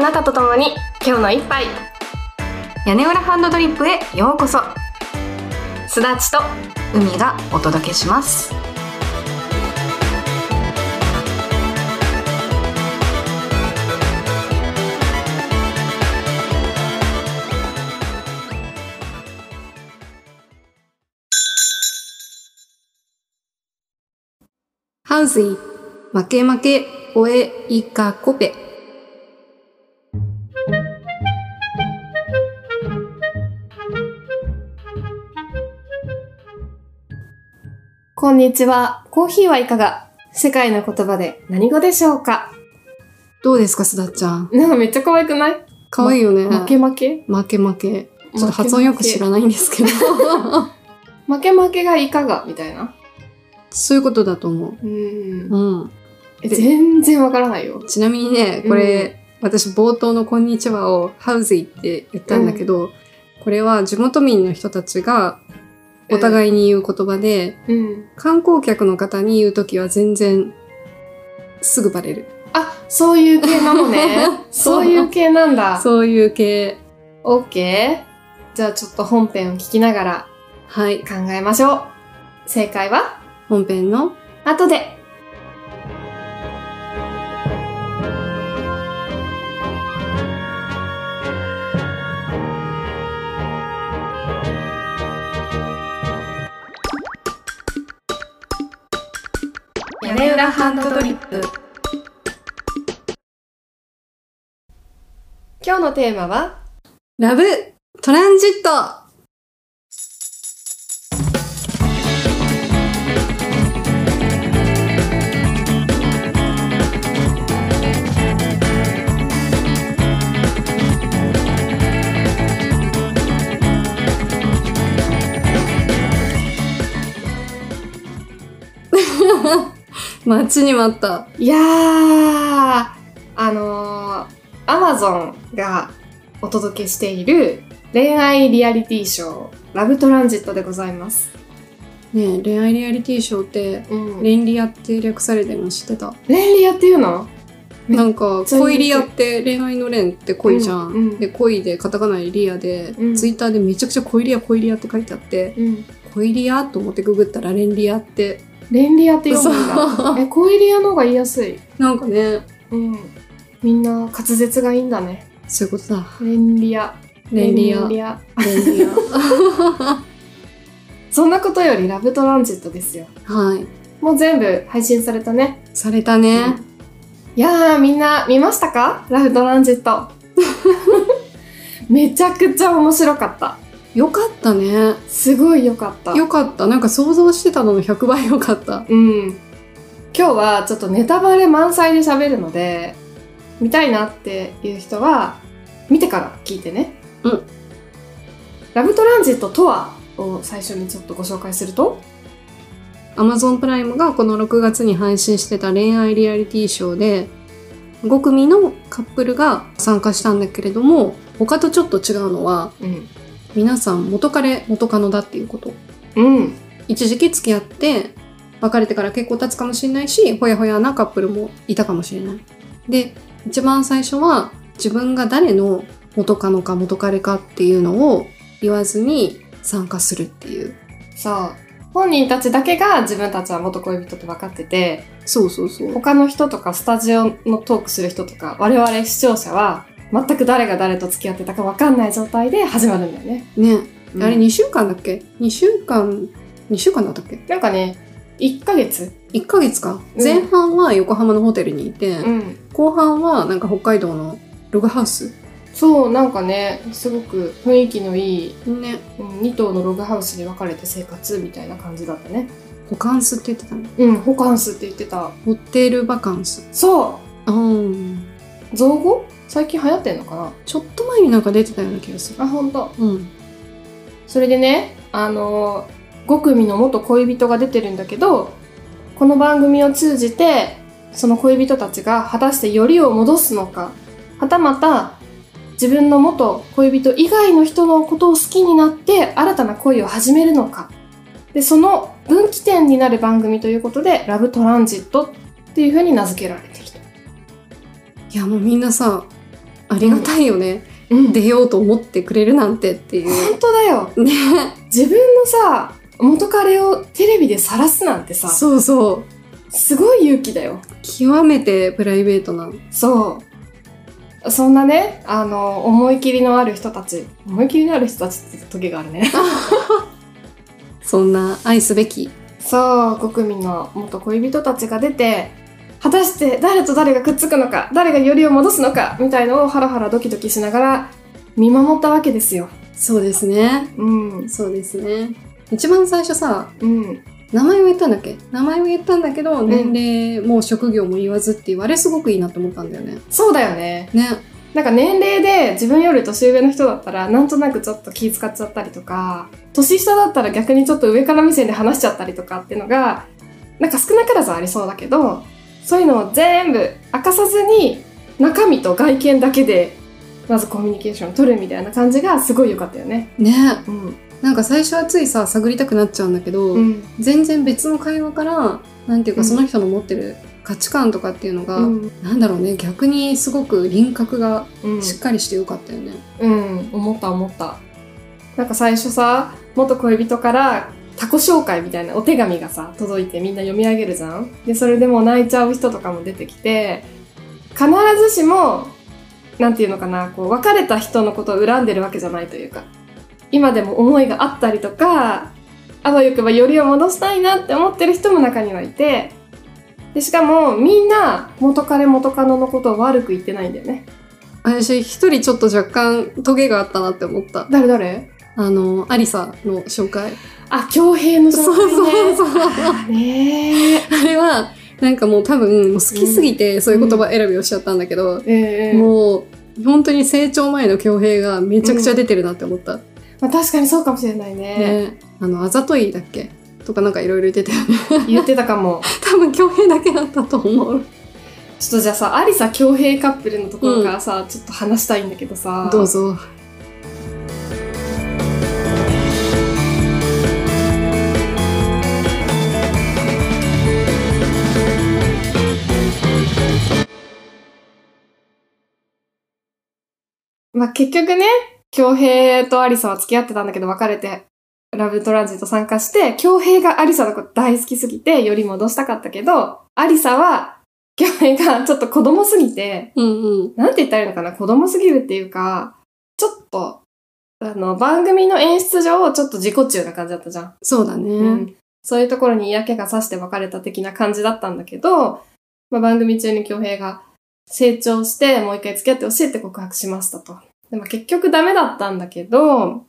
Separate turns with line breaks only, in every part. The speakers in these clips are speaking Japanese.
なたと共に今日の一杯
屋根裏ハンドドリップへようこそ
すだちと
海がお届けしますハウズイ負け負けおえいかこぺ
こんにちはコーヒーはいかが世界の言葉で何語でしょうか
どうですかすだちゃん
なんかめっちゃ可愛くない
可愛いよね、
負け負け
負け負けちょっと発音よく知らないんですけど
負け負けがいかがみたいな
そういうことだと思
うー
う、
ん
うん、
え全然わからないよ
ちなみにねこれ、私冒頭の「こんにちは」を「ハウズイ」って言ったんだけど、これは地元民の人たちがお
い、
互いに言う言葉で、
うん、
観光客の方に言うときは全然すぐバレる
あそういう系なの ねそういう系なんだ
そういう系
OK じゃあちょっと本編を聞きながら
はい
考えましょう正解は
本編の
後で。屋根裏ハンドドリップ今日のテーマは
ラブトランジット 待ちに待った。
いやーあのー、アマゾンがお届けしている恋愛リアリティショーラブトランジットでございます。
ねえ恋愛リアリティショーって、
うん
恋リアって略されてるの知ってた
恋リアっていうの
なんか
ちゃ
恋リアって恋愛の恋って恋じゃん、
うんうん
で恋でカタカナでリアで、
うん
ツイッターでめちゃくちゃ恋リア恋リアって書いてあって
うん。
恋リアと思ってググったら恋リアって
恋リアって読むんだ。え、恋リアの方が言いやすい。
なんかね
うん。みんな滑舌がいいんだね。
そういうことだ
恋リア。
恋リア
リア。
恋リア
そんなことよりラブトランジットですよ。
はい
もう全部配信されたね。
されたね、
いやーみんな見ましたかラブトランジット。めちゃくちゃ面白かった。
よかったね
すごい良かった。
よかったなんか想像してたのの100倍よかった
うん。今日はちょっとネタバレ満載で喋るので、見たいなっていう人は、見てから聞いてね。
うん。
ラブトランジットとはを最初にちょっとご紹介すると、
Amazon プライムがこの6月に配信してた恋愛リアリティショーで5組のカップルが参加したんだけれども他とちょっと違うのは
うん。
皆さん元彼元カノだっていうこと
うん。
一時期付き合って別れてから結構経つかもしれないしほやほやなカップルもいたかもしれないで一番最初は自分が誰の元カノか元彼かっていうのを言わずに参加するっていう
そう。本人たちだけが自分たちは元恋人と分かってて、
そうそうそう
他の人とかスタジオのトークする人とか、我々視聴者は全く誰が誰と付き合ってたか分かんない状態で始まるんだよね。
ね
うん
あれ2週間だっけ ?2 週間、2週間だったっけ
なんかね、1ヶ月
?1 ヶ月か。
うん
前半は横浜のホテルにいて、
うん。
後半はなんか北海道のログハウス。
そうなんかねすごく雰囲気のいい、
ね。
うん、2棟のログハウスに分かれて生活みたいな感じだったね
ホカンスって言ってたの。
うんホカンスって言ってた
ホテルバカンス。
そ
うん。
う造語最近流行ってんのか
ちょっと前になんか出てたような気がする。
なあ本当。
うん。
それでねあの5組の元恋人が出てるんだけどこの番組を通じてその恋人たちが果たしてよりを戻すのかはたまた自分の元恋人以外の人のことを好きになって新たな恋を始めるのかでその分岐点になる番組ということで「ラブトランジット」っていうふうに名付けられてると。
いやもうみんなさ、ありがたいよね、
うん
出ようと思ってくれるなんてっ ていう
本当だよ
ね
自分のさ元彼をテレビで晒すなんてさ
そうそう
すごい勇気だよ
極めてプライベートな
そうそんなねあの思い切りのある人たち思い切りのある人たちって時があるね
そんな愛すべき
そう5組の元恋人たちが出て果たして誰と誰がくっつくのか誰がよりを戻すのかみたいのをハラハラドキドキしながら見守ったわけですよ
そうですね
うん
そうですね一番最初さ
うん
名前を言ったんだっけ名前を言ったんだけど年齢も職業も言わずっていうあれすごくいいなと思ったんだよね
そうだよね
ね
なんか年齢で自分より年上の人だったらなんとなくちょっと気遣っちゃったりとか年下だったら逆にちょっと上から目線で話しちゃったりとかっていうのがなんか少なからずありそうだけどそういうのを全部明かさずに中身と外見だけでまずコミュニケーションを取るみたいな感じがすごい良かったよね。
ね
うん、
なんか最初はついさ探りたくなっちゃうんだけど、
うん、
全然別の会話からなんてい
う
うか
ん
その人の持ってる価値観とかっていうのが、
うん、
なんだろうね逆にすごく輪郭が
うん
しっかりしてよかったよね、
うん、思った思った。なんか最初さ、元恋人から他己紹介みたいなお手紙がさ、届いてみんな読み上げるじゃんで、それでもう泣いちゃう人とかも出てきて、必ずしも、なんていうのかな、こう、別れた人のことを恨んでるわけじゃないというか、今でも思いがあったりとか、あわよくばよりを戻したいなって思ってる人も中にはいて、で、しかもみんな元彼元カノのことを悪く言ってないんだよね。
私一人ちょっと若干トゲがあったなって思った
誰誰
あのアリサの紹介
あ、恭平の
そう
状態ね。
そうそう
あね
あれはなんかもう多分もう好きすぎてそういう言葉選びをしちゃったんだけど、
え。うんうん
もう本当に成長前の恭平がめちゃくちゃ出てるなって思った、
まあ、確かにそうかもしれないね。
ねあのあざといだっけとかなんかいろいろ言ってたよね
言ってたかも。
多分恭平だけだったと思
ちょ
う
っとじゃあさ、ありさ恭平カップルのところからさ、ちょっと話したいんだけどさ。
どう。ぞ
まあ、結局ね、恭平とありさは付き合ってたんだけど別れて、ラブトランジット参加して、恭平がありさのこと大好きすぎて、より戻したかったけど、ありさは、恭平がちょっと子供すぎて、
うんうん
なんて言ったらいいのかな、子供すぎるっていうか、ちょっと、あの、番組の演出上、ちょっと自己中な感じだったじゃん。
そうだね、
うんそういうところに嫌気がさして別れた的な感じだったんだけど、まあ、番組中に恭平が成長して、もう一回付き合ってほしいって告白しましたと。でも結局ダメだったんだけど、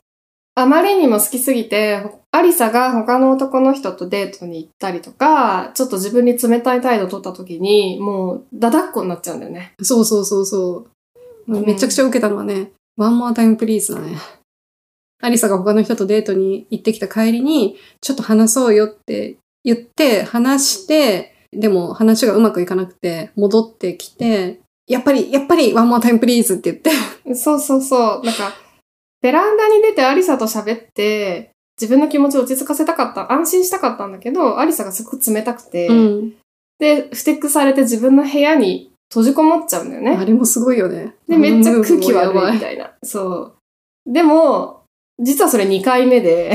あまりにも好きすぎて、アリサが他の男の人とデートに行ったりとか、ちょっと自分に冷たい態度取った時に、もう、だだっこになっちゃうんだよね。
そうそうそうそう、
うん
めちゃくちゃ受けたのはねワンモアタイムプリーズだねアリサが他の人とデートに行ってきた帰りにちょっと話そうよって言って話してでも話がうまくいかなくて戻ってきてやっぱりやっぱりワンモアタイムプリーズって言って
そうそうそう。なんか、ベランダに出てアリサと喋って、自分の気持ちを落ち着かせたかった、安心したかったんだけど、アリサがすごく冷たくて、
うん、
で、ふてくされて自分の部屋に閉じこもっちゃうんだよ
あ
ね。
れもすごいよね
で、めっちゃ空気
は
悪いみ
い
たいな。そう。でも、実はそれ2回目で、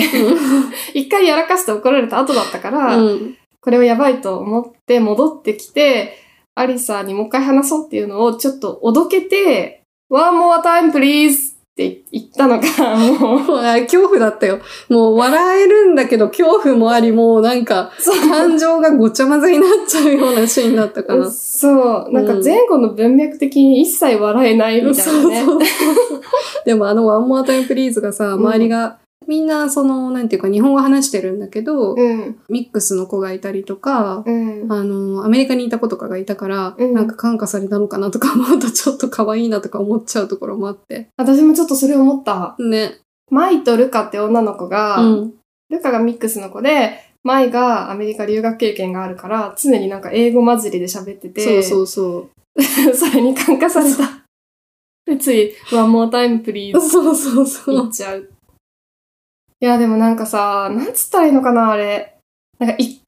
1回 やらかして怒られた後だったから、
うん
これはやばいと思って戻ってきて、アリサにもう一回話そうっていうのをちょっとおどけて、One more time please! って言ったのが、 もう、
もうあ恐怖だったよもう笑えるんだけど恐怖もありもうなんか
そう。
感情がごちゃ混ぜになっちゃうようなシーンだったかな。
そう。なんか前後の文脈的に一切笑えないみたいなね。
そうそうそうでもあの「ワンモアタイムプリーズがさ
うん
周りが、みんなそのなんていうか日本語話してるんだけど、
うん。
ミックスの子がいたりとか、
うん。
あのアメリカにいた子とかがいたから、
うん
なんか感化されたのかなとか思うとちょっと可愛いなとか思っちゃうところもあって
私もちょっとそれ思った。
ね。
マイとルカって女の子が、
うん
ルカがミックスの子で、マイがアメリカ留学経験があるから、常になんか英語混じりで喋ってて、
そうそうそう。
それに感化された。で、つい、ワンモータイムプリーズ
そうそうそ
言
う
っ。ちゃう。いや、でもなんかさ、なんつったらいいのかな、あれ。なんか一回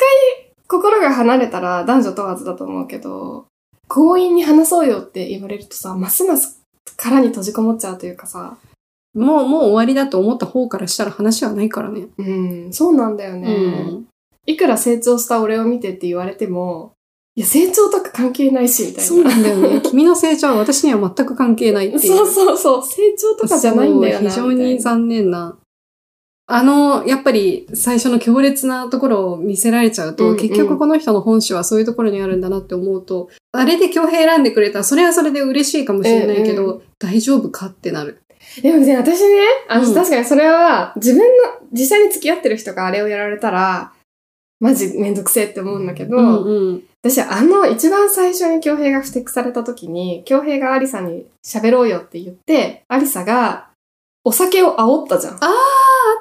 心が離れたら男女問わずだと思うけど、強引に話そうよって言われるとさ、ますます殻に閉じこもっちゃうというかさ。
もう、もう終わりだと思った方からしたら話はないからね。
うん、そうなんだよね。
うん。
いくら成長した俺を見てって言われても、いや、成長とか関係ないし、みたいな。
そうなんだよね。君の成長は私には全く関係ないっていう。
そうそうそう。成長とかじゃないんだよな。
そう非
み
常
たい
に
な
残念な。あの、やっぱり最初の強烈なところを見せられちゃうと、
うんうん
結局この人の本心はそういうところにあるんだなって思うと、あれで恭平選んでくれたら、それはそれで嬉しいかもしれないけど、
うん
大丈夫かってなる。
でもね、私ね、あの、
うん
確かにそれは、自分の、実際に付き合ってる人があれをやられたら、マジめんどくせえって思うんだけど、
うん。
私、あの、一番最初に京平が不適された時に、京平がアリサに喋ろうよって言って、アリサが、お酒を煽ったじゃん。
あっ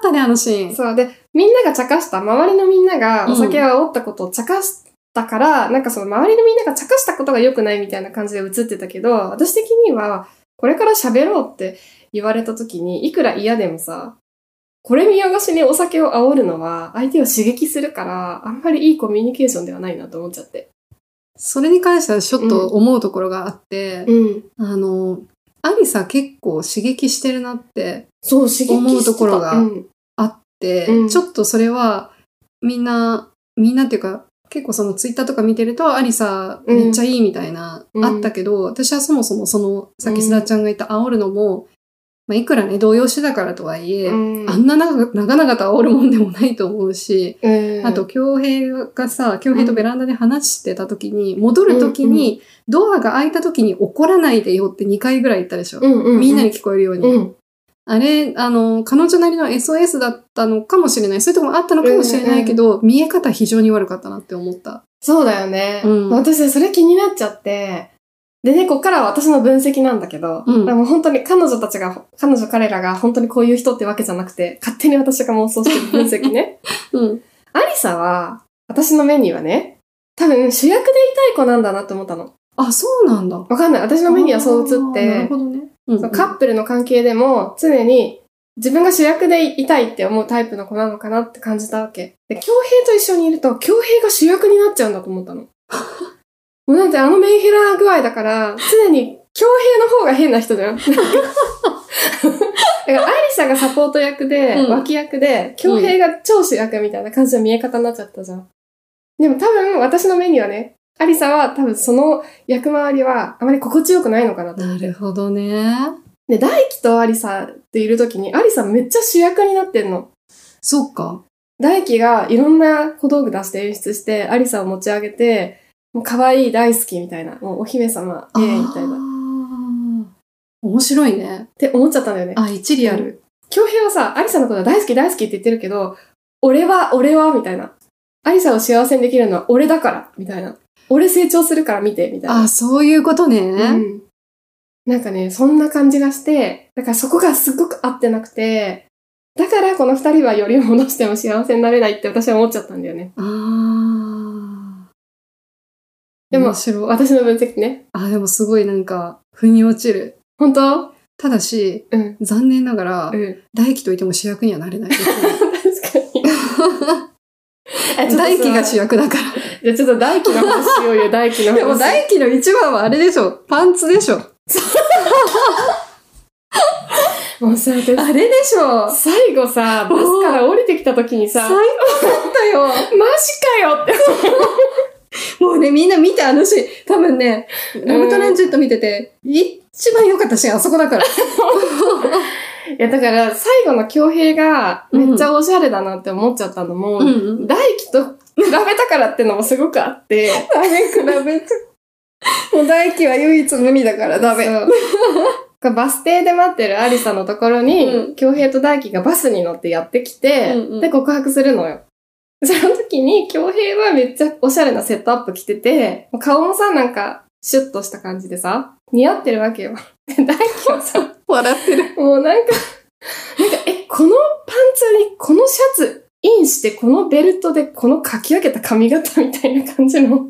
たね、あのシーン。
そう。で、みんなが茶化した、周りのみんなが
うん
お酒を煽ったことを茶化したから、なんかその周りのみんなが茶化したことが良くないみたいな感じで映ってたけど、私的には、これから喋ろうって言われた時に、いくら嫌でもさ、これ見よがしにお酒を煽るのは、相手を刺激するから、あんまりいいコミュニケーションではないなと思っちゃって。
それに関してはちょっと思うところがあって、
うん。
あの、アリサ結構刺激してるなって
そう、刺激してた
思うところが
うん。
あって、
うん
ちょっとそれはみんな、みんなっていうか、結構そのツイッターとか見てると、アリサ
うん
めっちゃいいみたいな、
うん
あったけど、私はそもそもその、さっき須田ちゃんが言った煽るのも、まあ、いくらね、動揺してたからとはいえ、
うん
あんな長く長々と煽るもんでもないと思うし、
うん
あと、、京平がさ、京平とベランダで話してた時に、戻る時に、ドアが開いた時に怒らないでよって2回ぐらい言ったでしょ。
うんうん、
みんなに聞こえるように。
うん、
あれ、あの、彼女なりの SOS だったのかもしれない。そういうとこもあったのかもしれないけど、見え方非常に悪かったなって思った。
そうだよね。
うん
私、それ気になっちゃって、でね、こっからは私の分析なんだけど、
うん
でも本当に彼女たちが、彼女彼らが本当にこういう人ってわけじゃなくて、勝手に私が妄想してる分析 ね。
うん。
アリサは、私の目にはね、多分主役でいたい子なんだなって思ったの。
あ、そうなんだ。
わかんない。私の目にはそう映っ
あーなる
て、
ほどね。うん
そのカップルの関係でも常に自分が主役でいたいって思うタイプの子なのかなって感じたわけ。で、京平と一緒にいる と、京平が主役になっちゃうんだと思ったの。もうなんてあのメンヘラ具合だから、常に京平の方が変な 人じゃん。だから、アリサがサポート役で、
うん
脇役で、京平が超主役みたいな感じの見え方になっちゃったじゃん。でも多分、私の目にはね、アリサは多分その役回りはあまり心地よくないのかなと
なるほどね。
で、大輝とアリサっている時に、アリサめっちゃ主役になってんの。
そうか。
大輝がいろんな小道具出して演出して、アリサを持ち上げて、もう可愛い大好きみたいな、もうお姫様、
あ
え
ー
えみたいな。っ。
面白いね。
て思っちゃったんだよね。
あ、一理ある。
京平はさ、アリサのこと大好き大好きって言ってるけど、俺は、俺は、みたいな。アリサを幸せにできるのは俺だから、みたいな。俺成長するから見て、みたいな。
あ、そういうことね。
うんなんかね、そんな感じがして、だからそこがすっごく合ってなくて、だからこの二人はより戻しても幸せになれないって私は思っちゃったんだよね。
ああ。
でも
面白い。
私の分析ね。
あ、でもすごいなんか、腑に落ちる。
本当
ただし、
うん。
残念ながら、
うん。
大輝といても主役にはなれない。
確か に。あちょっとさ
大輝が主役だから。
じゃあちょっと大輝の話しよう よ、大輝の話。
でも大輝の一番はあれでしょ。パンツでしょ。
もうさ、私
あれでしょ。
最後さ、バスから降りてきた時に
最
さ、
高
マ
だったよ。
ジかよって。
もうね、みんな見て、あのシーン。多分ね、ラブトランジェット見てて、一番良かったシーン、あそこだから。
いや、だから最後の京平がめっちゃオシャレだなって思っちゃったのも、
ん。
大輝と比べたからってのもすごくあって、
ダメ、比べて。もう大輝は唯一無二だからダメ。
そう バス停で待ってるアリサのところ
う
に、京平と大輝がバスに乗ってやってきて、
うんうん
で、告白するのよ。その時に、京平はめっちゃおしゃれなセットアップ着てて、顔もさ、なんか、シュッとした感じでさ、似合ってるわけよ。で、大輝は さ、
笑ってる。
もうなんか、なんか、え、このパンツに、このシャツ、インして、このベルトで、このかき上げた髪型みたいな感じの。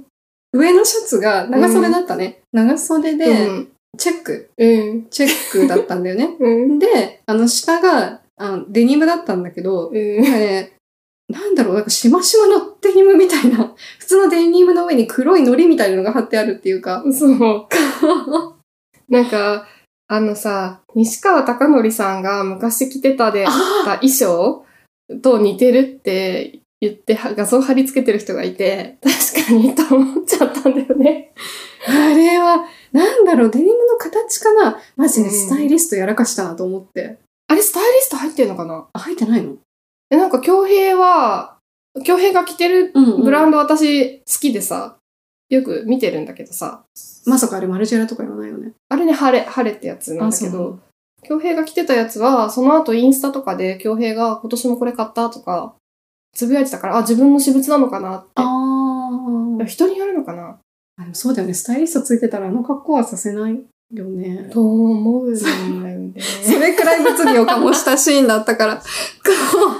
上のシャツが長袖だったね。長袖
う
で、
ん
チェック、
うん。
チェックだったんだよね。
うん。
で、あの下が、あのデニムだったんだけど、
うん。
なんかね、 なんだろう、なんかしましまのデニムみたいな、 普通のデニムの上に黒い糊みたいなのが貼ってあるっていうか、
そう。なんか、あのさ、西川貴教さんが昔着てたで、た衣装と似てるって言っては画像貼り付けてる人がいて、確かにと思っちゃったんだよね。
あれは、なんだろう、デニムの形かなマジでスタイリストやらかしたなと思って。
あれスタイリスト入ってるのかな
あ、入ってないの
え、なんか京平は、京平が着てる
うん、
ブラ
ン
ンド私好きでさ、よく見てるんだけどさ、
ド。まさかあれマルジェラとか言わないよね。
あれね、晴れ、晴れってやつなんだけ
あそう
ど、京平が着てたやつは、その後インスタとかで京平が今年もこれ買ったとか、つぶやいてたから、あ、自分の私物なのかなって。
あ
でも人によるのかな
あ。でもそうだよね。スタイリストついてたらあの格好はさせないよね。
と思うんだよね。
それくらい物議を醸したシーンだった から。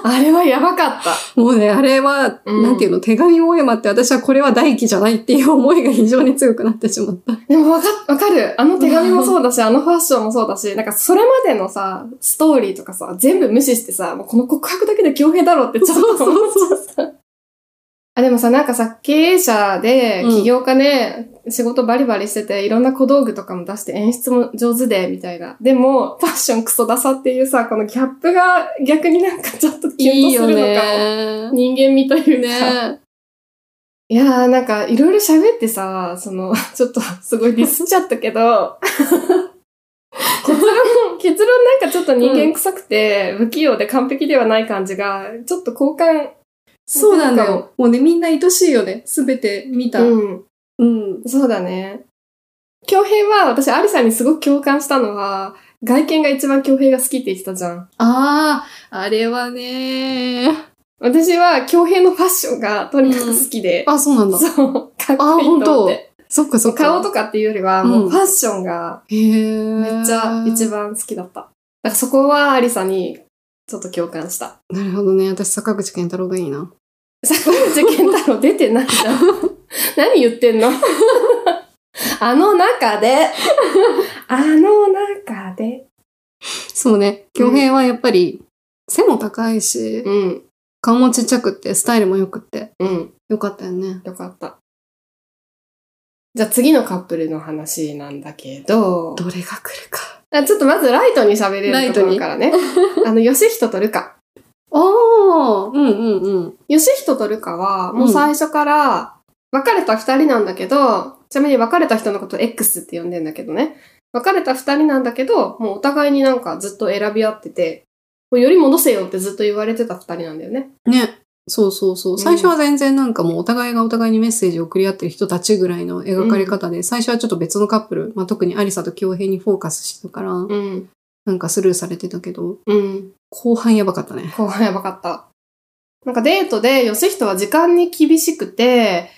あれはやばかった。
もうね、あれは、
うん
なんていうの、手紙大山って私はこれは大輝じゃないっていう思いが非常に強くなってしまった。
でもわか、わかる。あの手紙もそう だし、あのファッションもそうだし、なんかそれまでのさ、ストーリーとかさ、全部無視してさ、もうこの告白だけで強平だろうってちょっと思っちゃった。 あ、でもさ、なんかさ、経営者で、
うん
起業家で、仕事バリバリしてて、いろんな小道具とかも出して演出も上手で、みたいな。でも、ファッションクソダサっていうさ、このギャップが逆になんかちょっとキュンとするのかも。
ね。
人間味というか。
ね
いやーなんかいろいろ喋ってさ、その、ちょっとすごいディスっちゃったけど、結論、結論なんかちょっと人間臭くて、不器用で完璧ではない感じが、ちょっと好感、
そうなんだよ。もうね、みんな愛しいよね。すべて見た。うん。
うん、そうだね。京平は、私、アリさんにすごく共感したのは、外見が一番京平が好きって言ってたじゃん。
ああ、あれはね
私は、京平のファッションがとにかく好きで、
あ、そうなんだ。
そう、かっこいいと思って。
そっかそっか。
顔とかっていうよりは、もううんファッションが、
へえ。
めっちゃ一。番好きだった。だからそこはアリサにちょっと共感した。
なるほどね。私、坂口健太郎がいいな。
坂口健太郎出てないじゃ ん。何言ってんの あの中で、 あの中で。
そうね。京平はやっぱり、背も高いし、
うん、
顔もちっちゃくって、スタイルも良くって、
うん、
よかったよね。
よかった。じゃあ次のカップルの話なんだけど、
どれが来るか。
あちょっとまずライトに喋れ
ラ
る
イ
と
ト
ころ
に
からね。 あの、ヨシヒトとルカ。
おーうんうんうん。
吉人とルカは、もう最初から、別れた二人なんだけど、ちなみに別れた人のことを X って呼んでんだけどね。別れた二人なんだけど、もうお互いになんかずっと選び合ってて、もうより戻せよってずっと言われてた二人なんだよね。
ね。そうそうそう。最初は全然なんかもうお互いがお互いにメッセージを送り合ってる人たちぐらいの描かれ方で、最初はちょっと別のカップル、まあ、特にアリサと京平にフォーカスしてたから、
うん。
なんかスルーされてたけど、
うん。
後半やばかったね。
後半やばかった。なんかデートで吉人は時間に厳しくて、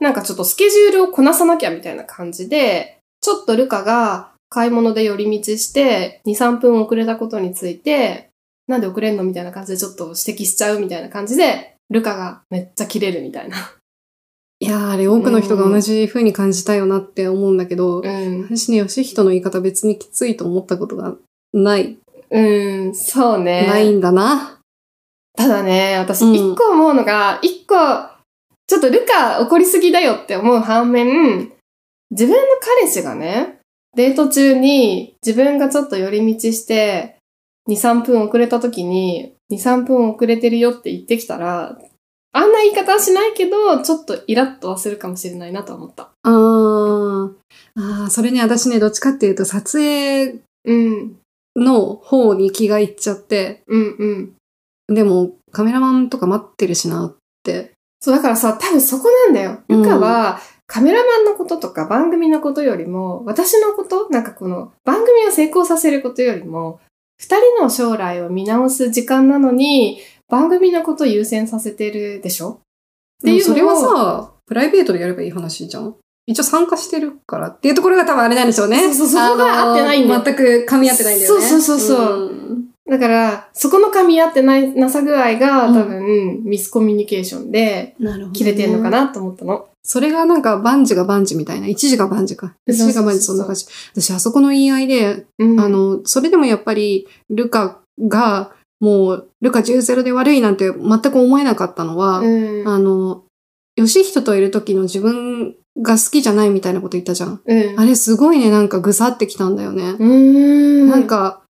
なんかちょっとスケジュールをこなさなきゃみたいな感じで、ちょっとルカが買い物で寄り道して、2、3分遅れたことについて、なんで遅れんのみたいな感じでちょっと指摘しちゃうみたいな感じで、ルカがめっちゃキレるみたいな。
いやー、あれ多くの人が同じ風に感じたよなって思うんだけど、
うん。
私ね、ヨシヒトの言い方別にきついと思ったことがない、
うん、そうね。
ないんだな。
ただね、私
うん
一個思うのが、一個、ちょっとルカ怒りすぎだよって思う反面、自分の彼氏がね、デート中に自分がちょっと寄り道して、2、3分遅れた時に、2、3分遅れてるよって言ってきたら、あんな言い方はしないけど、ちょっとイラッとはするかもしれないなとは思った。
あーあー、それね、私ね、どっちかっていうと、撮影
うん、
の方に気がいっちゃって、
うん、うん。
でも、カメラマンとか待ってるしなって。
そう、だからさ、多分そこなんだよ。
うん
ルカは、カメラマンのこととか番組のことよりも、私のことなんかこの、番組を成功させることよりも、二人の将来を見直す時間なのに、番組のことを優先させてるでしょって
で
い
も
うのを
それはさ、プライベートでやればいい話じゃん。一応参加してるからっていうところが多分あれなんでしょうね。
そうそうそこが
あ
合
のー
ってないんだよ
全く噛み合ってないんだよね。
そうそうそうそうんだから、そこの噛み合ってない、なさ具合が、
うん
多分、ミスコミュニケーションで、
なるほどね
切れてんのかなと思ったの。
それがなんか万事が万事みたいな。一時が万事か。
そうそうそう
一時が万事そんな感じ。私、あそこの言い合いで、
うん
あ、の、それでもやっぱり、ルカが、もう、ルカ10-0で悪いなんて全く思えなかったのは、
うん。
あの、ヨシヒトといる時の自分が好きじゃないみたいなこと言ったじゃん。
うん。
あれすごいね、なんかぐさってきたんだよね。
うーん。
なん、か、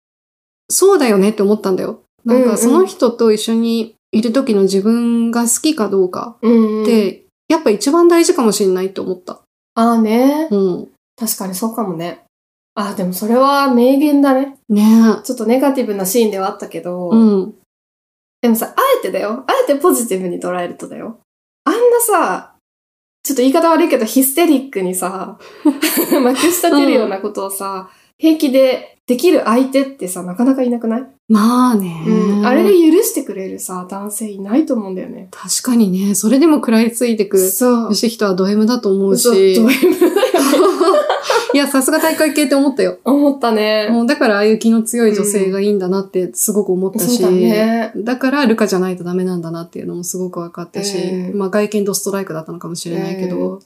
そうだよねって思ったんだよ。なん
うんう
か
ん
その人と一緒にいる時の自分が好きかどうか
うん、うん。
っ、て、やっぱ一番大事かもしれないと思った。
ああね。
うん。
確かにそうかもね。ああ、でもそれは名言だね。
ねえ。
ちょっとネガティブなシーンではあったけど、
うん。
でもさ、あえてだよ。あえてポジティブに捉えるとだよ。あんなさ、ちょっと言い方悪いけど、ヒステリックにさ、まくしたてるようなことをさ、平気でできる相手ってさ、なかなかいなくない、
まあね、
うん、あれで許してくれるさ、男性いないと思うんだよね。
確かにね、それでも食らいついてく。
そう。
し人はド M だと思う
そう
し。
ド M だよね。
いや、さすが大会系って思ったよ。
思ったね。
もうだからああいう気の強い女性がいいんだなってすごく思ったし。
そうだね。
だから、ルカじゃないとダメなんだなっていうのもすごく分かったし、
うん
まあ外見ドストライクだったのかもしれないけど、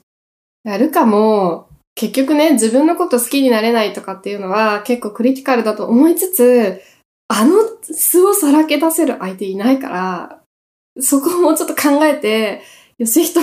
やるかも、結局ね、自分のこと好きになれないとかっていうのは結構クリティカルだと思いつつ、あの素をさらけ出せる相手いないから、そこをもうちょっと考えて、よしひと、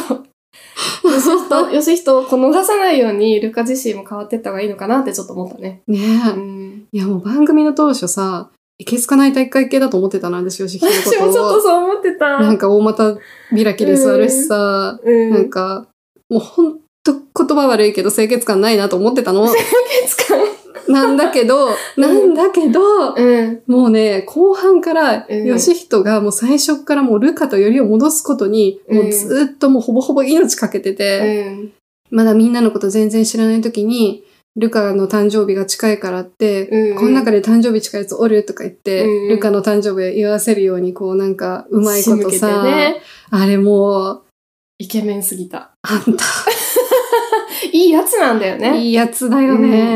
よしひとをこう逃さないように、ルカ自身も変わってった方がいいのかなってちょっと思ったね。
ね
う
え。
ん。
いや、もう番組の当初さ、いけつかない大会系だと思ってたなんですよ、私、ヒロ
私も
のこ
ちょっ
と
と
を。
そう思ってた。
なんか大股開きで座るしさ、
うん。
なんか、もうほんと言葉悪いけど清潔感ないなと思ってたの。
使う。
なんだけど、なんだけど、
うん。
もうね、後半から、
うん
ヨシヒトがもう最初からもうルカとよりを戻すことに、もうずっともうほぼほぼ命かけてて、
うん。
まだみんなのこと全然知らない時に、ルカの誕生日が近いからって、
うん。
この中で誕生日近いやつおるとか言って、
うん
ルカの誕生日を言わせるように、こうなんか、うまい
仕
こ
向
と
けて
さ、
ね、
あれもう、
イケメンすぎた。
あんた、
いいやつなんだよね。
いいやつだよね。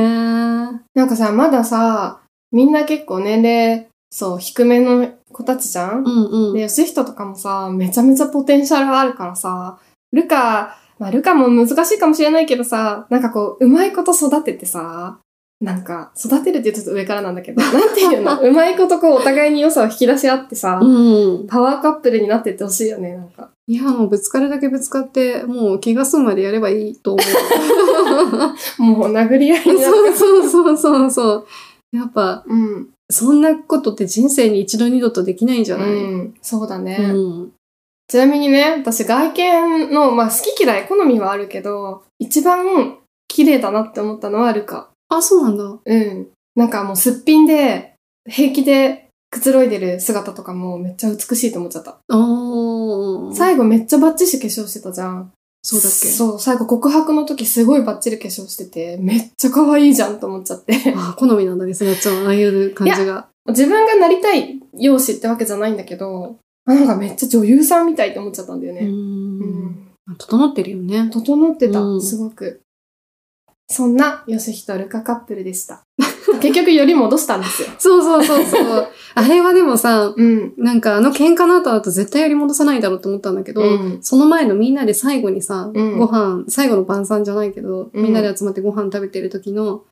なんかさ、まださ、みんな結構年齢、そう、低めの子たちじゃ、
うんんうん。
で、ヨシヒトとかもさ、めちゃめちゃポテンシャルあるからさ、ルカ、まあ、ルカも難しいかもしれないけどさ、なんかこう、うまいこと育ててさ、なんか、育てるって言うとちょっと上からなんだ けど、なんていうのうまいことこう、お互いに良さを引き出し合ってさ、
うん。
パワーカップルになってってほしいよね、なんか。
いや、もうぶつかるだけぶつかって、もう気が済むまでやればいいと思う。
もう殴り合いになって。
そうそうそうそうそう。やっぱ、
うん。
そんなことって人生に一度二度とできないんじゃ
う
ない、
ん。そうだね。
うん
ちなみにね、私外見の、まあ好き嫌い、好みはあるけど、一番綺麗だなって思ったのはルカ。
あ、そうなんだ。
うん。なんかもうすっぴんで、平気でくつろいでる姿とかもめっちゃ美しいと思っちゃった。
おー。
最後めっちゃバッチリ化粧してたじゃん。
そうだっけ
そう、最後告白の時すごいバッチリ化粧してて、めっちゃ可愛いじゃんと思っちゃって。
あ、好みなんだね、すがちゃん。ああいう感じが。
自分がなりたい容姿ってわけじゃないんだけど、あなんかめっちゃ女優さんみたいって思っちゃったんだよね。
う
うん
ん。整ってるよね。
整ってた、
うん
すごく。そんな、ヨシヒとルカカップルでした。 結局、より戻したんですよ。
そうそうそ うそう。あれはでもさ、
うん。
なんかあの喧嘩の後だと絶対やり戻さないだろうと思ったんだけど、
うん
その前のみんなで最後にさ、
うん
ご飯、最後の晩餐じゃないけど、
うん
みんなで集まってご飯食べてる時の、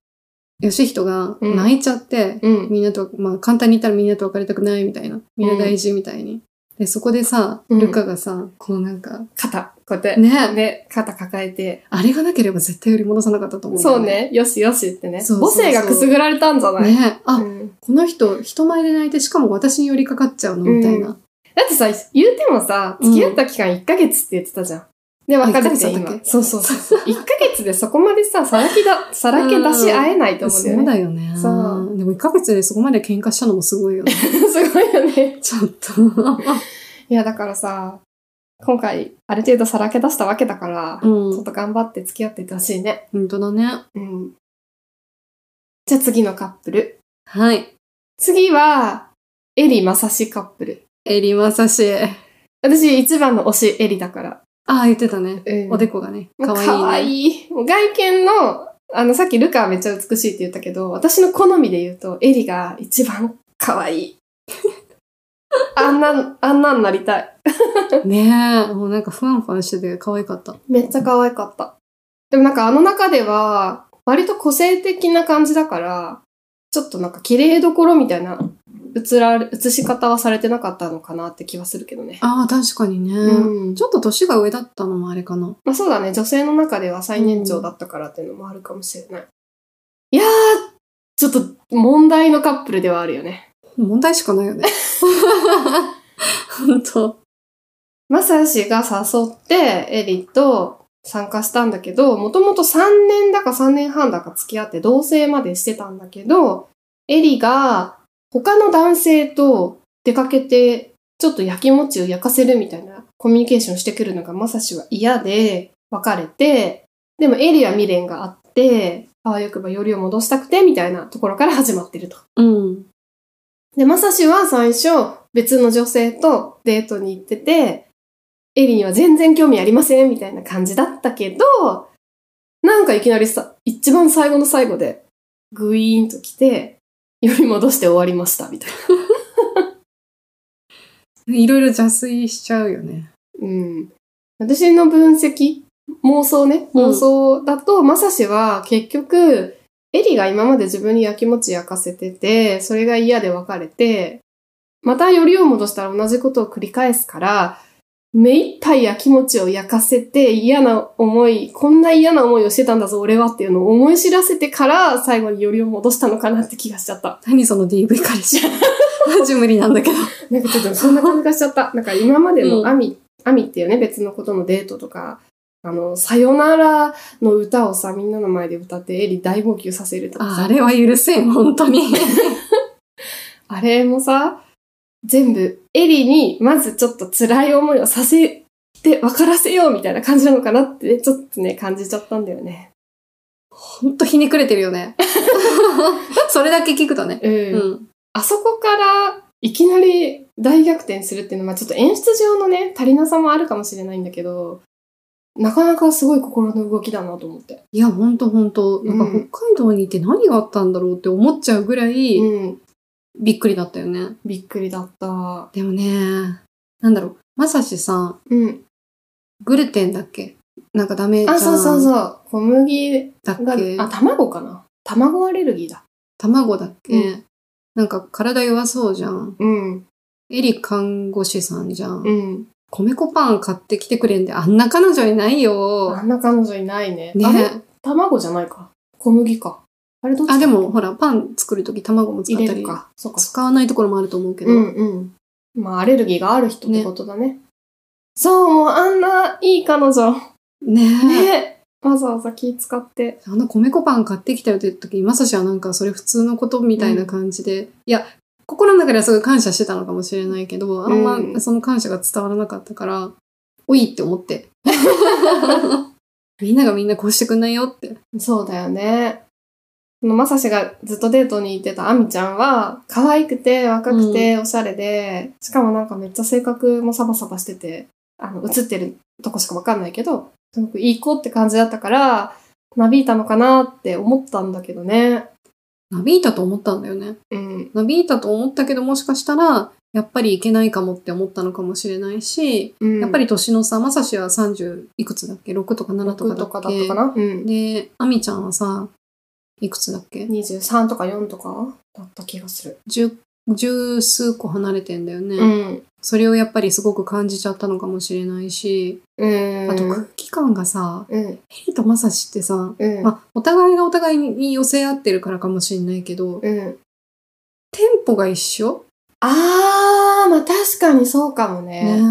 ヨシヒトが
うん
泣いちゃって、
うん。
みんなと、まあ簡単に言ったらみんなと別れたくないみたいな、みんな大事みたいに。で、そこでさ、
うん
ルカがさ、こうなんか、
肩、こうやって。
ね
で、肩抱えて。
あれがなければ絶対より戻さなかったと思うんだ
そ
よ
う。ね。よしよしってね。
そうそうそう
母性がくすぐられたんじゃない、
ねあ、
うん
この人、人前で泣いて、しかも私に寄りかかっちゃうのみたいな。
だってさ、言うてもさ、
うん
付き合った期間1ヶ月って言ってたじゃん。で、別れて
あ一ヶ月だ
今
ったっ。け
そうそうそう。1ヶ月でそこまでさ、さらけだ、さらけ出し合えないと思うんだよ
そう
ね。
だよね。
そ
でも1ヶ月でそこまで喧嘩したのもすご いよ ね。
すごいよね。
ちょっと。
いや、だからさ、今回、ある程度さらけ出したわけだから、
うん
ちょっと頑張って付き合っていってほしいね。
本当だね。
うん。じゃあ次のカップル。
はい。
次は、エリマサシカップル。
エリマサシ。
私一番の推しエリだから。
ああ、言ってたね。
うん
おでこがね。かわいい、ね。
可愛いもう外見の、あの、さっきルカはめっちゃ美しいって言ったけど、私の好みで言うと、エリが一番可愛い。 あんな、あんなんなりたい。
ねえ。もうなんかふわんふわしてて可愛かった。
めっちゃ可愛かった。でもなんかあの中では、割と個性的な感じだから、ちょっとなんか綺麗どころみたいな映られ、映し方はされてなかったのかなって気はするけどね。
ああ、確かにね、
うん
ちょっと年が上だったのもあれかな。
まあそうだね、女性の中では最年長だったからっていうのもあるかもしれない。いやー、ちょっと問題のカップルではあるよね。
問題しかないよね。本当。
マサシが誘って、エリと参加したんだけど、もともと3年だか3年半だか付き合って同棲までしてたんだけど、エリが他の男性と出かけて、ちょっと焼きもちを焼かせるみたいなコミュニケーションしてくるのがマサシは嫌で、別れて、でもエリは未練があって、あわよくばよりを戻したくて、みたいなところから始まってると。
うん。
で、まさしは最初、別の女性とデートに行ってて、エリには全然興味ありませんみたいな感じだったけど、なんかいきなりさ、一番最後の最後で、グイーンと来て、より戻して終わりました、みたいな。
いろいろ邪推しちゃうよね。
うん。私の分析、妄想ね、
うん
妄想だと、まさしは結局、エリが今まで自分にやきもち焼かせてて、それが嫌で別れて、またよりを戻したら同じことを繰り返すから、目いっぱいやきもちを焼かせて嫌な思い、こんな嫌な思いをしてたんだぞ俺はっていうのを思い知らせてから最後によりを戻したのかなって気がしちゃった。
何その DV 彼氏。マジ無理なんだ けど。
なんかちょっとそんな感じがしちゃった。なんか今までのアミ、アミっていうね、別のことのデートとか、あの、さよならの歌をさ、みんなの前で歌ってエリ大号泣させるとか
あ
さ、
あれは許せん、本当に。
あれもさ、全部エリにまずちょっと辛い思いをさせて分からせようみたいな感じなのかなって、ちょっとね、感じちゃったんだよね。
本当ひねくれてる よね。それだけ聞くとね。
うん。
うん。
あそこからいきなり大逆転するっていうのは、まあちょっと演出上のね、足りなさもあるかもしれないんだけど、なかなかすごい心の動きだなと思って。
いや、本当本当なんか
うん
北海道にいて何があったんだろうって思っちゃうぐらい、
うん、
びっくりだったよね。
びっくりだった。
でもね、なんだろう、まさしさん、
うん。
グルテンだっけなんかダメじゃん
あ、そうそうそう。小麦
だ
が
っ、け
あ、卵かな。卵アレルギーだ。
卵だっけ、
う
なんか体弱そうじゃん。
うん、
エリ看護師さんじゃん。
うん。
米粉パン買ってきてくれんで、あんな彼女いない
あ
よ。
んな彼女いないね。
ね
あれ卵じゃないか。小麦か。あれどっちだ
あ、でも、ほら、パン作るとき卵も使っ
入
た
れる
り。
か。そうか。
使わないところもあると思うけど。
うん、うん。まあ、アレルギーがある人ってことだね。そう、もうあんないい彼女。
ねえ。
ね。 わざわざ気使って。
あの米粉パン買ってきたよって言った時に、まさしはなんかそれ普通のことみたいな感じで、いや、心の中ではすごい感謝してたのかもしれないけど、あん
う
ま
ん
その感謝が伝わらなかったから、おいって 思って。みんながみんなこうしてくんないよって。
そうだよね。このまさしがずっとデートに行ってたあみちゃんは、可愛くて若くておしゃれで、しかもなんかめっちゃ性格もサバサバしてて、あの、映ってるとこしかわかんないけど、すごくいい子って感じだったから、なびいたのかなって思ったんだけどね。
なびいたと思ったんだよね。
うん。
なびいたと思ったけど、もしかしたら、やっぱりいけないかもって思ったのかもしれないし、
うん、
やっぱり年の差、まさしは30いくつだっけ ?6 とか7
6
とかだっけ
とかだったかなうん。
で、あみちゃんはさ、いくつだっけ
23とか4とかだった気がする。
十十数個離れてんだよね、
うん。
それをやっぱりすごく感じちゃったのかもしれないし、
うん。
あと空気感がさ
うん。
ヘリとマサシってさ、
うん。
まあ、お互いがお互いに寄せ合ってるからかもしれないけど
うん。
テンポが一緒、
あー、まあ確かにそうかもね。
ね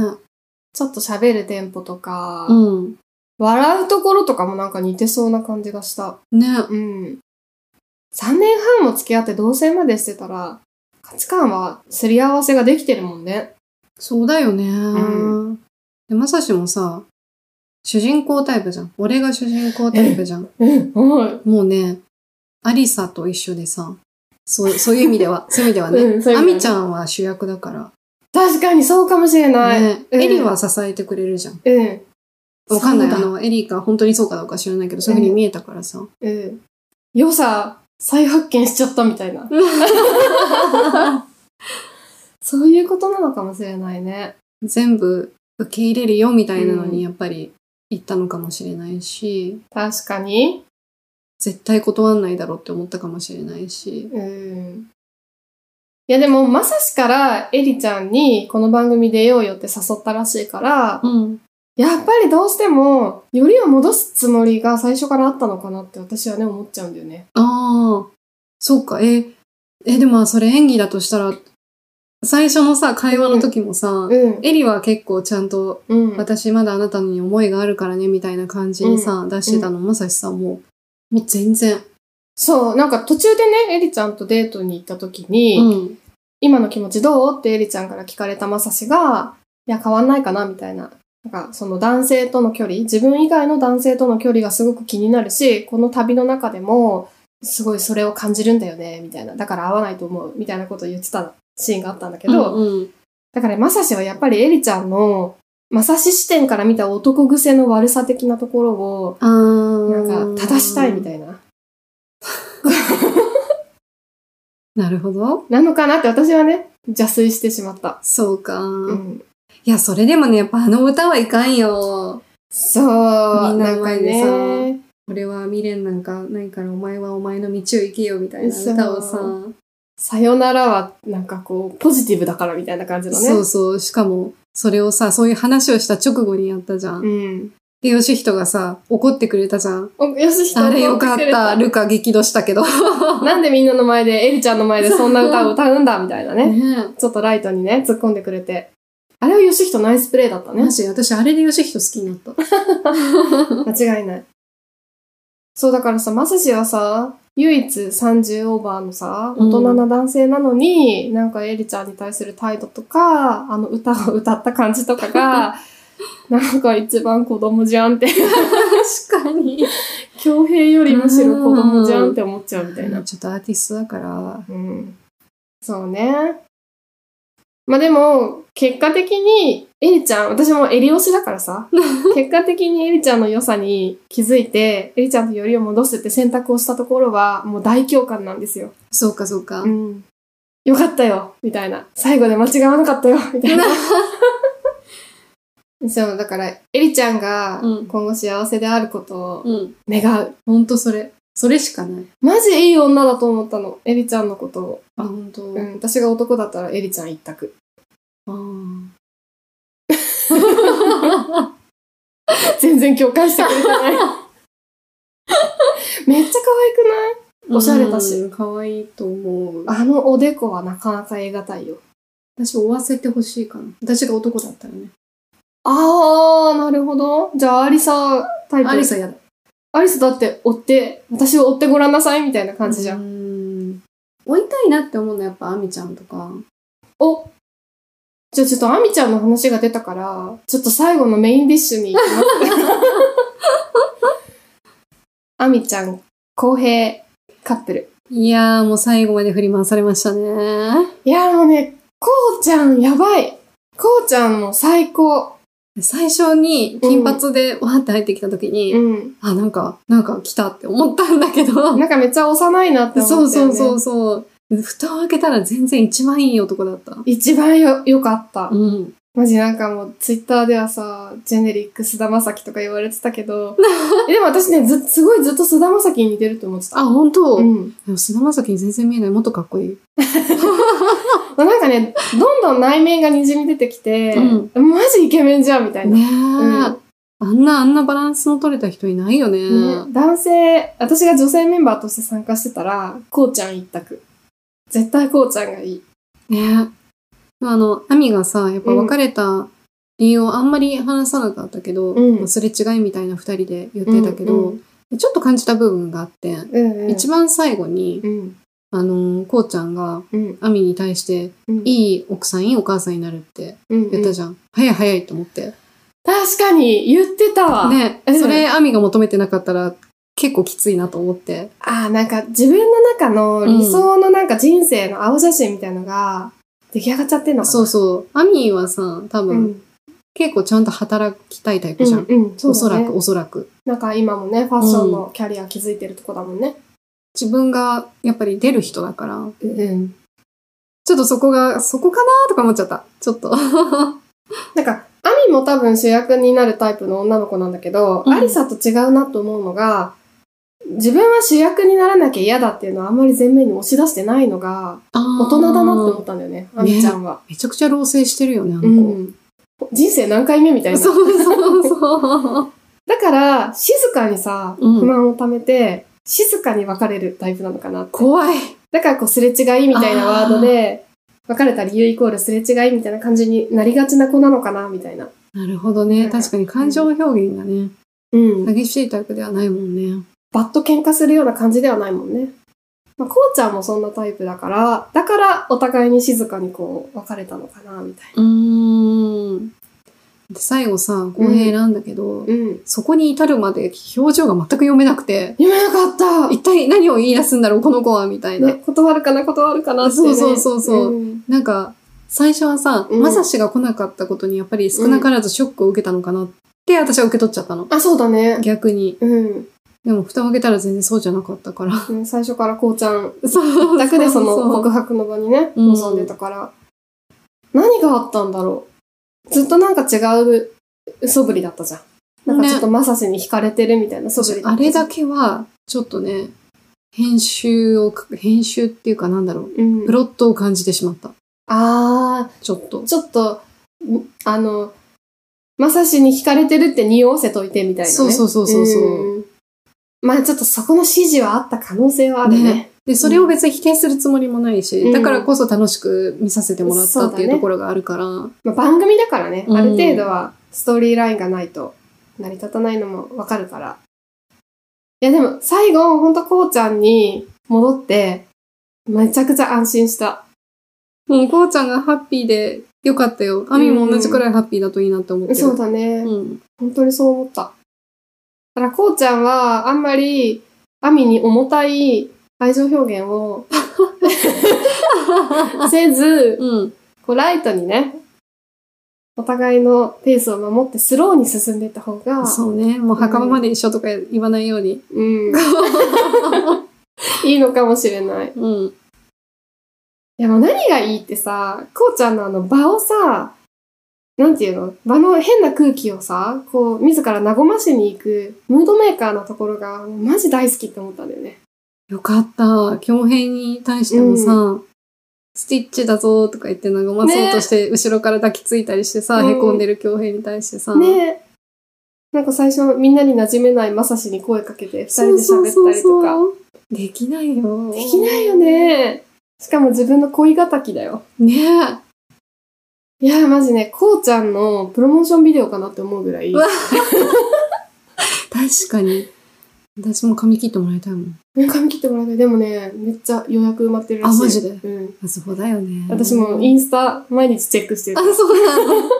ちょっと喋るテンポとか、
うん
笑うところとかもなんか似てそうな感じがした。
ね
うん。3年半も付き合って同棲までしてたら、価値観はすり合わせができてるもんね。
そうだよね、
う
でマサシもさ主人公タイプじゃん俺が主人公タイプじゃん
うん、うん。
もうねアリサと一緒でさそうそういう意味で はそういう意味ではね、
うんそういう意
ア
味では
ミちゃんは主役だから
確かにそうかもしれない。
ね
うん
エリは支えてくれるじゃん。
うん。
わかんない。
そ
あ
うだ
の、エリが本当にそうかどうか知らないけど、そういうふうに見えたからさ。
うん。良さ、再発見しちゃったみた いな。そういうことなのかもしれないね。
全部受け入れるよみたいなの
うん
に、やっぱり言ったのかもしれないし、
確かに。
絶対断んないだろうって思ったかもしれないし、
うん。いやでも、まさしからエリちゃんにこの番組出ようよって誘ったらしいから、
うん。
やっぱりどうしても、よりを戻すつもりが最初からあったのかなって私はね、思っちゃうんだよね。
ああ、そうか。え、え、でもそれ演技だとしたら、最初のさ、会話の時もさ、
うん。
エリは結構ちゃんと、
うん。
私まだあなたに思いがあるからね、みたいな感じにさ、出してたの、まさしさんも、もう全然。
そう、なんか途中でね、エリちゃんとデートに行った時に、
うん。
今の気持ちどうってエリちゃんから聞かれたまさしが、いや、変わんないかな、みたいな。なんか、その男性との距離、自分以外の男性との距離がすごく気になるし、この旅の中でも、すごいそれを感じるんだよね、みたいな。だから合わないと思う、みたいなことを言ってたシーンがあったんだけど、
うん、
だからまさしはやっぱりエリちゃんの、まさし視点から見た男癖の悪さ的なところを、
あー
なんか、正したいみたいな。
なるほど。
なのかなって私はね、邪推してしまった。
そうか、
うん。
いや、それでもね、やっぱあの歌はいかんよ。
そう、
みん
な
なん
か
前でさ
ね。
俺は未練なんかないから、お前はお前の道を行けよ、みたいな
そう
歌をさ、
さよならは、なんかこう、ポジティブだからみたいな感じのね。
そうそう。しかも、それをさ、そういう話をした直後にやったじゃん。
うん。
で、ヨシヒトがさ、怒ってくれたじゃん。
お、よしひと
あれよか
撮
っ
てくれ
た。ルカ激怒したけど。
なんでみんなの前で、エリちゃんの前でそんな歌を歌うんだ、みたいなね。
ね
ちょっとライトにね、突っ込んでくれて。あれはよしひとナイスプレーだった
え。
ね
マ。ジ、私あれでヨシヒト好きに なった。
間違いない。そう、だからさ、まさしはさ、唯一30オーバーのさ、
うん
大人な男性なのに、なんかエリちゃんに対する態度とか、あの歌を歌った感じとか が、なんか一番子供じゃんって、
確かに。
強兵よりむしろ子供じゃんって思っちゃうみたいな。
ちょっとアーティストだから、
うん。そうね。まあでも、結果的に、エリちゃん、私もエリ推しだからさ、 結果的にエリちゃんの良さに気づいて、エリちゃんとよりを戻すって選択をしたところは、もう大共感なんですよ。
そうかそうか。
ん。よかったよみたいな。最後で間違わなか ったよみたいな。そう、だから、エリちゃんが
うん
今後幸せであることを
うん。
願う。
ほんとそれ。それしかない。
マジいい女だと思ったの。エリちゃんのことを。
あ、ほんと。
うん、私が男だったらエリちゃん一択。
あー
全然共感してくれてない。 めっちゃおしゃれだし
うん可愛いと思う。
可愛い。あのおでこはなかなか得難いよ。
私、追わせてほしいかな。私が男だったらね。
あー、なるほど。じゃあ、アリサタイプ。
アリサやだ。
アリサだって追って、私を追ってごらんなさいみたいな感じじゃん。
ん。追いたいなって思うのはやっぱ、アミちゃんとか。
おじゃあちょっとアミちゃんの話が出たから、ちょっと最後のメインディッシュに行き ます。アミちゃん、公平カップル。
いやー、もう最後まで振り回されましたね。
いやーもうね、こうちゃんやばい。こうちゃんも最高。
最初に金髪でわーって入ってきた時に、
うん。
あ、なんか、なんか来たって思ったんだけど、
なんかめっちゃ幼いなって思った
そ
よ、ね。。
うそうそううそう。蓋を開けたら全然一番いい男だった。
一番よ、良かった。
うん。
マジなんかもう、ツイッターではさ、ジェネリック菅田将暉とか言われてたけ ど、えでも私ね、ず、すごいずっと菅田将暉に似てると思ってた。
あ、本当、
う
で
ん。
も菅田将暉に全然見えない。もっとかっこいい。
なんかね、どんどん内面がにじみ出てきて、
う
マジイケメンじゃん、みたいな。
ねえ、
ん
あんな、あんなバランスの取れた人いないよね。
ね男性、私が女性メンバーとして参加してたら、こうちゃん一択。絶対こうちゃんがいい。
ねあの、アミがさ、やっぱ別れた理由をあんまり話さなかったけど、
うん
まあすれ違いみたいな二人で言ってたけど、
うん
ちょっと感じた部分があって、
うん、うん。
一番最後に、
うん、
あの、こうちゃんが
うん、
アミに対して、
うん。い、
いい奥さん、いいお母さんになるって
うんうん
言ったじゃん。早い早いと思って。
確かに、言ってたわ。
ね、
うん
それアミが求めてなかったら結構きついなと思って。
ああ、なんか自分の中の理想のなんか人生の青写真みたいのが出来上がっちゃってんのかな
そうそう。アミはさ、多
う
分、
ん。
結構ちゃんと働きたいタイプ
う
じゃ
ん
ん。
うん。そう
おそ
だ
ら
ね
く、。おそらく。
なんか今もね、ファッションのキャリア築いてるとこだもんね。
自分がやっぱり出る人だから、
うん。
ちょっとそこが、そこかなとか思っちゃった。ちょっと。
なんか、アミも多分主役になるタイプの女の子なんだけど、
うん
アリサと違うなと思うのが、自分は主役にならなきゃ嫌だっていうのはあんまり前面に押し出してないのが、大
大
人だなって思ったんだよね、
ー
あみちゃんは。
めちゃくちゃ老成してるよね、あの子。
うん。人生何回目みたいな。
そうそ うそう。
だから、静かにさ、
うん
不満を溜めて、静かに別れるタイプなのかなって。
怖い。
だから、こう、すれ違いみたいなワードで、別れた理由イコールすれ違いみたいな感じになりがちな子なのかな、みたいな。
なるほどね。確かに感情表現がね、
うん。
激しいタイプではないもんね。
バッと喧嘩するような感じではないもんね。まあ、こうちゃんもそんなタイプだから、だからお互いに静かにこう、別れたのかな、みたいう
ーん。で最後さ、公平なんだけど、
な。うん。
そこに至るまで表情が全く読めなくて、
夢なかった
一体何を言い出すんだろう、この子は、みたいな
ね、。断るかな、断るかなって、ね。
そうそうそうそう
うん
なんか、最初はさ、
うん
まさしが来なかったことにやっぱり少なからずショックを受けたのかなって私は受け取っちゃったの。
あ、そうだね。
逆に。
うん。
でも蓋を開けたら全然そうじゃなかった から。
うん最初からこうちゃん
そう
だけでその
そう
告白の場にね、
うん
臨んでたから。何があったんだろう。ずっとなんか違う素振りだったじゃん。なんかちょっとまさしに惹かれてるみたいな素振り
あれだ
け、
けは、ちょっとね、編集をか、編集っていうかなんだろう。
うん
プ、ロットを感じてしまった。
あ
ちょっと
ー、。ちょっと、んあの、まさしに惹かれてるって匂わせといてみたいなね。
そうそうそうそうそう
うんまあちょっとそこの指示はあった可能性はあるね。
ねで、それを別に否定するつもりもないし、
うん
だからこそ楽しく見させてもらったっていう
そうだね
ところがあるから、
まあ、番組だからね、
うん
ある程度はストーリーラインがないと成り立たないのもわかるから。いやでも最後、ほんとこうちゃんに戻って、めちゃくちゃ安心した。
もうこうちゃんがハッピーでよかったよ。アミも同じくらいハッピーだといいなって思ってる。
そうだね。
うん。
本当にそう思った。だからこうちゃんはあんまり、アミに重たい愛情表現を せず、
うん。
こうライトにね、お互いのペースを守ってスローに進んでいった方が、
そうね。もう袴まで一緒とか言わないように。
うん。いいのかもしれない。
うん。
でも何がいいってさ、こうちゃんのあの場をさ、なんていうの場の変な空気をさ、こう、自ら和ましに行く、ムードメーカーなところが、もうマジ大好きって思ったんだよね。
よかった。恭平に対してもさ、スティッチだぞとか言って和まそうとして、後ろから抱きついたりしてさ、
うん
へこんでる恭平に対してさ、
ねえ。なんか最初、みんなに馴染めないまさしに声かけて、二人で喋ったりとか。
う。できないよ。
できないよ。ね。しかも自分の恋敵だよ。
ねえ。
いやー、マジね、こうちゃんのプロモーションビデオかなって思うぐらい。
うわ確かに。私も髪切ってもらいたいもん。
髪切ってもら って、でもね、めっちゃ予約埋まってるらしい。
あマジで
うん。
あそうだよね。
私もインスタ毎日チェックしてる
あ、。そうなの。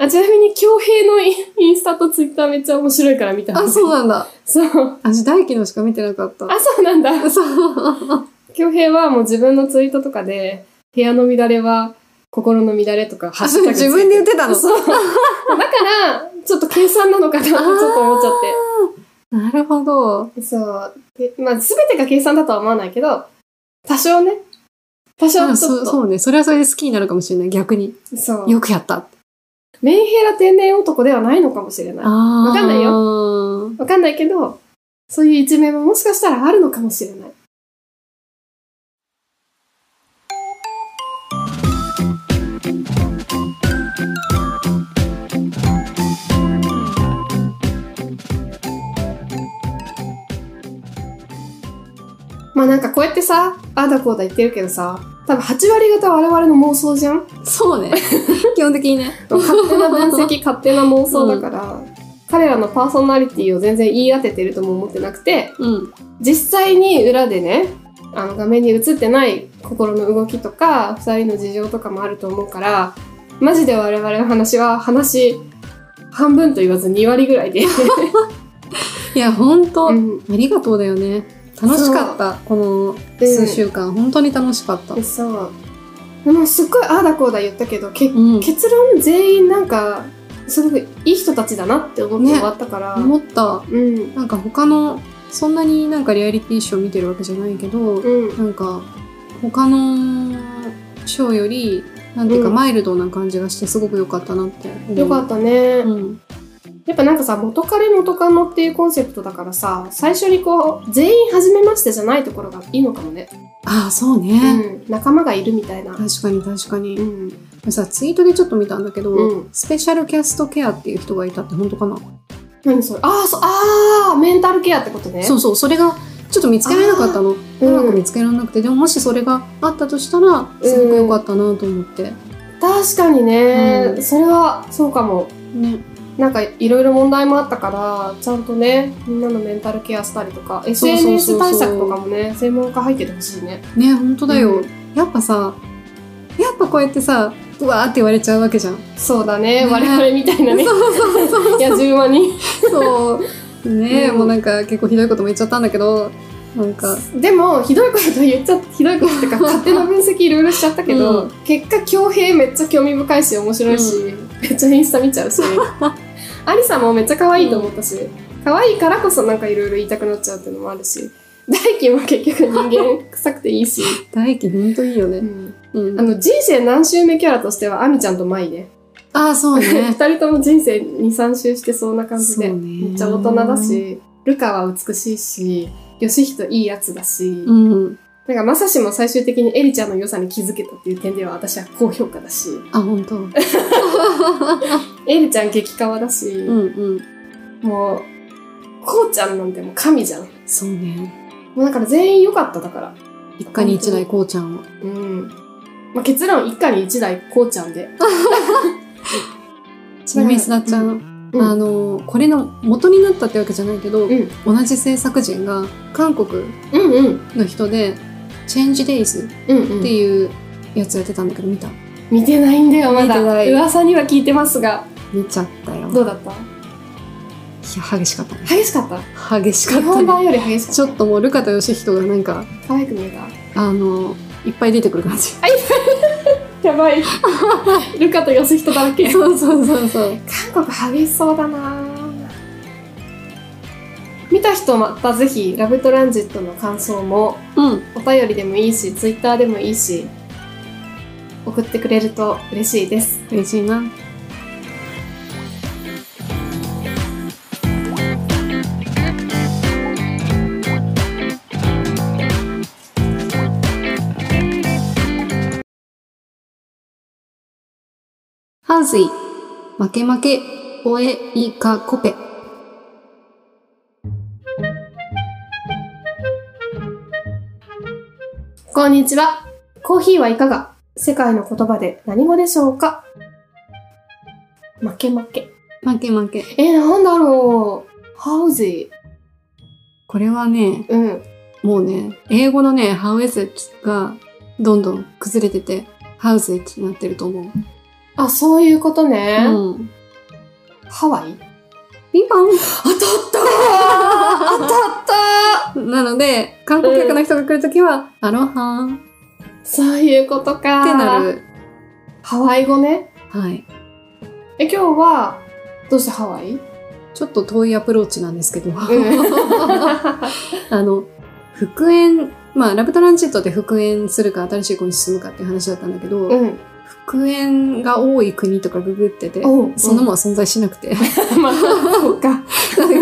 あ、ちなみに、京平のインインスタとツイッターめっちゃ面白いから見た。
あ、そうなんだ。
そう。
私、大輝のしか見てなかった。
あ、そうなんだ。
そう。
京平はもう自分のツイートとかで、部屋の乱れは心の乱れとか、ハッシュタグつけ
自分で言ってたの
そう。だから、ちょっと計算なのかなってちょっと思っちゃって。
なるほど。
そう。でまあ、すべてが計算だとは思わないけど、多少ね。多少ちょ
あ
っと。
そうそうね。それはそれで好きになるかもしれない。逆に。
そう。
よくやった。
メンヘラ天然男ではないのかもしれない。わ
あ
わかんない
よ。
かんないけど、そういう一面ももしかしたらあるのかもしれない。まあなんかこうやってさ、ああだこうだ言ってるけどさ、多分8割方我々の妄想じゃん
そうね。 基本的にね。
勝手な分 析勝手な妄想だから、彼らのパーソナリティを全然言い当ててるとも思ってなくて
うん。
実際に裏でねあの画面に映ってない心の動きとか2人の事情とかもあると思うからマジで我々の話は話半分と言わず2割ぐらいで、
いや、ほんと、
う
あ
ん
りがとうだよね。楽しかった。この数週間、本当に楽しかった。
でそうでもすっごいああだこうだ言ったけどけ
うん。
結論全員なんかすごくいい人たちだなって思って
ね
終わったから、
思った。
うん
なんか他の、そんなになんかリアリティショー見てるわけじゃないけど、
うん
なんか、他のショーより、なんていうか、
うん
マイルドな感じがして、すごく良かったなって思う。
よかったね、
うん。
やっぱなんかさ、元彼元カノっていうコンセプトだからさ、最初にこう、全員初めましてじゃないところがいいのかもね。
ああ、そう
う
ね。
ん。仲間がいるみたいな。
確かに確か
う
に。
ん。
さ、ツイートでちょっと見たんだけど、
うん
スペシャルキャストケアっていう人がいたって本当かな、
何それああ、そう、ああ、メンタルケアってことね。
そうそう、それがちょっと見つけられなかったの。う
うん
まく見つけられなくて、でももしそれがあったとしたら、すごく良かったなと思って。
確かにね、
うん
それはそうかも。
ね。
なんかいろいろ問題もあったから、ちゃんとね、みんなのメンタルケアしたりとか、
そうそうそう
SNS 対策とかもね、専門家入っててほしいね。
ね、本当だよ、
うん
やっぱさ、やっぱこうやってさ、うわーって言われちゃうわけじゃん。
そうだね、
ね
我々みたいなね、
そうそうそう そう。
野獣馬に。
そう。ねえ、
うん
もうなんか結構ひどいことも言っちゃったんだけど、なんか、
でもひどいこと言っちゃひどいことっていうか勝手な分析いろいろしちゃったけど、
うん
結果恭平めっちゃ興味深いし面白いし、めっちゃインスタ見ちゃう しありさもめっちゃ可愛いと思ったし、可愛いからこそなんかいろいろ言いたくなっちゃうっていうのもあるし 大輝も結局人間臭くていいし、
大輝ほんといいよね。うん
あの人生何周目キャラとしてはあみちゃんと舞ね
ああ、そう
二
ね。
人とも人生23周してそうな感じで、
そうね
めっちゃ大人だしルカは美しいしヨシヒトいいやつだし、
うん。
なんか、まさしも最終的にエリちゃんの良さに気づけたっていう点では私は高評価だし、
あ、本当。うん
エリちゃん激カワだし、
うん。
もう、こうちゃんなんてもう神じゃん。も
そうね。
うだから全員良かっただから。
一家に一台こうちゃんは。
うん。まあ、結論、一家に一台こうちゃんで。
ちなみにすだちゃ、
うんうん
あの、これの元になったってわけじゃないけど、
ん
同じ制作人が韓国
うんうん。
の人で、チェンジデイズ
うんう
って
ん。
いうやつやってたんだけど、見た
見てないんだよ、ま
見てな
だ。
い
噂には聞いてますが。
見ちゃったよ。い
どうだった
や、激しかったね。
激しかった
激しか
日
った
本
ね。
版より激しかった。
ちょっともう、ルカとヨシヒトがなんか、
可愛く見えた
あの、いっぱい出てくる感じ。
やばい。 ルカとヨシヒトだらけ。
そうそうそうそう。
韓国激しそうだな見た人またぜひラブトランジットの感想も
うん。
お便りでもいいしツイッターでもいいし送ってくれると嬉しいです
嬉しいな。ハウスイ、負け負け、おえいかコペ。
こんにちはコーヒーはいかが世界の言葉で何語でしょうか負け負け
負け負け。
えー、なんだろうハウジ
これはね、
うん
もうね、英語のね、ハウエズがどんどん崩れてて、ハウスイになってると思う。
あそういうことね、
うん。
ハワイ
ピンポン
当たったー当たったー
なので、観光客の人が来るときは、アロハーっ
そういうことか。
てな。る。
ハワイ語ね。
はい。
え、今日は、どうしてハワイうん。
ちょっと遠いアプローチなんですけど、 あの、復縁、まあ、ラブトランジットで復縁するか新しい子に進むかっていう話だったんだけど、
うん。
復縁が多い国とかググってて、
おう
そんなものは存在しなくて、
うん。まあ、そうか。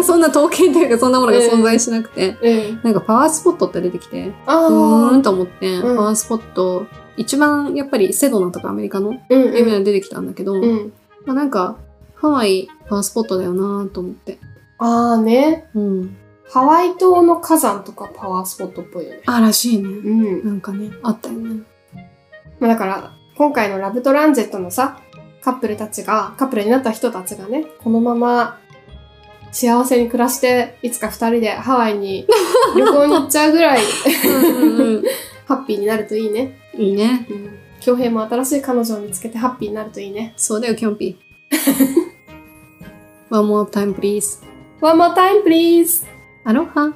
そんな統計というかそんなものが存在しなくて、
うん。
なんかパワースポットって出てきて、
あ
うー
ー
んと思って、
ん
パワースポット、一番やっぱりセドナとかアメリカの
うん。
有名な
うん。
の出てきたんだけど、
うん。
まあ、なんか、ハワイ、パワースポットだよなと思って。
あーね。
うん。
ハワイ島の火山とかパワースポットっぽいよね。
あ、らしいね。
うん。
なんかね、あったよね。
まあ、だから、今回のラブトランジェットのさ、カップルたちが、カップルになった人たちがね、このまま幸せに暮らして、いつか二人でハワイ に旅行に行っちゃうぐらいハッピーになるといいね。
いいね。
うん恭平も新しい彼女を見つけてハッピーになるといいね。
そうだよ、キョン ピー。One more time, please.
One more time, please!
アロハ。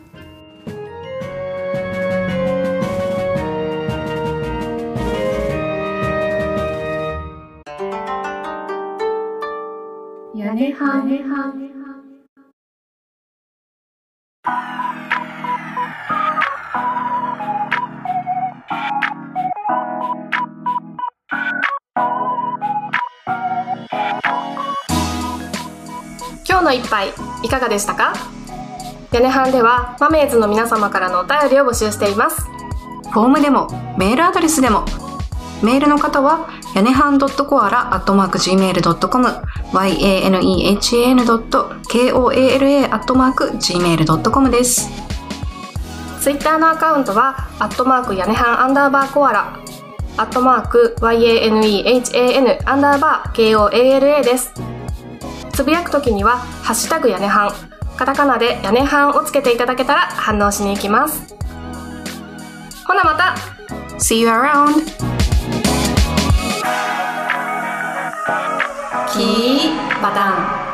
屋根はねはね
今日今日の一杯いかがでしたか屋根班ではマメーズの皆様からのお便りを募集しています
フォームでもメールアドレスでもメールの方はやねはん .coala.gmail.com yanehan.koala.gmail.com です
ツイッターのアカウントは、アットマーク屋根半アンダーバーコアラ、アットマーク YANEHAN アンダーバー KOALA です。つぶやくときには、ハッシュタグ屋根半、カタカナで屋根半をつけていただけたら反応しに行きます。ほなまた
See you around!
キーバタン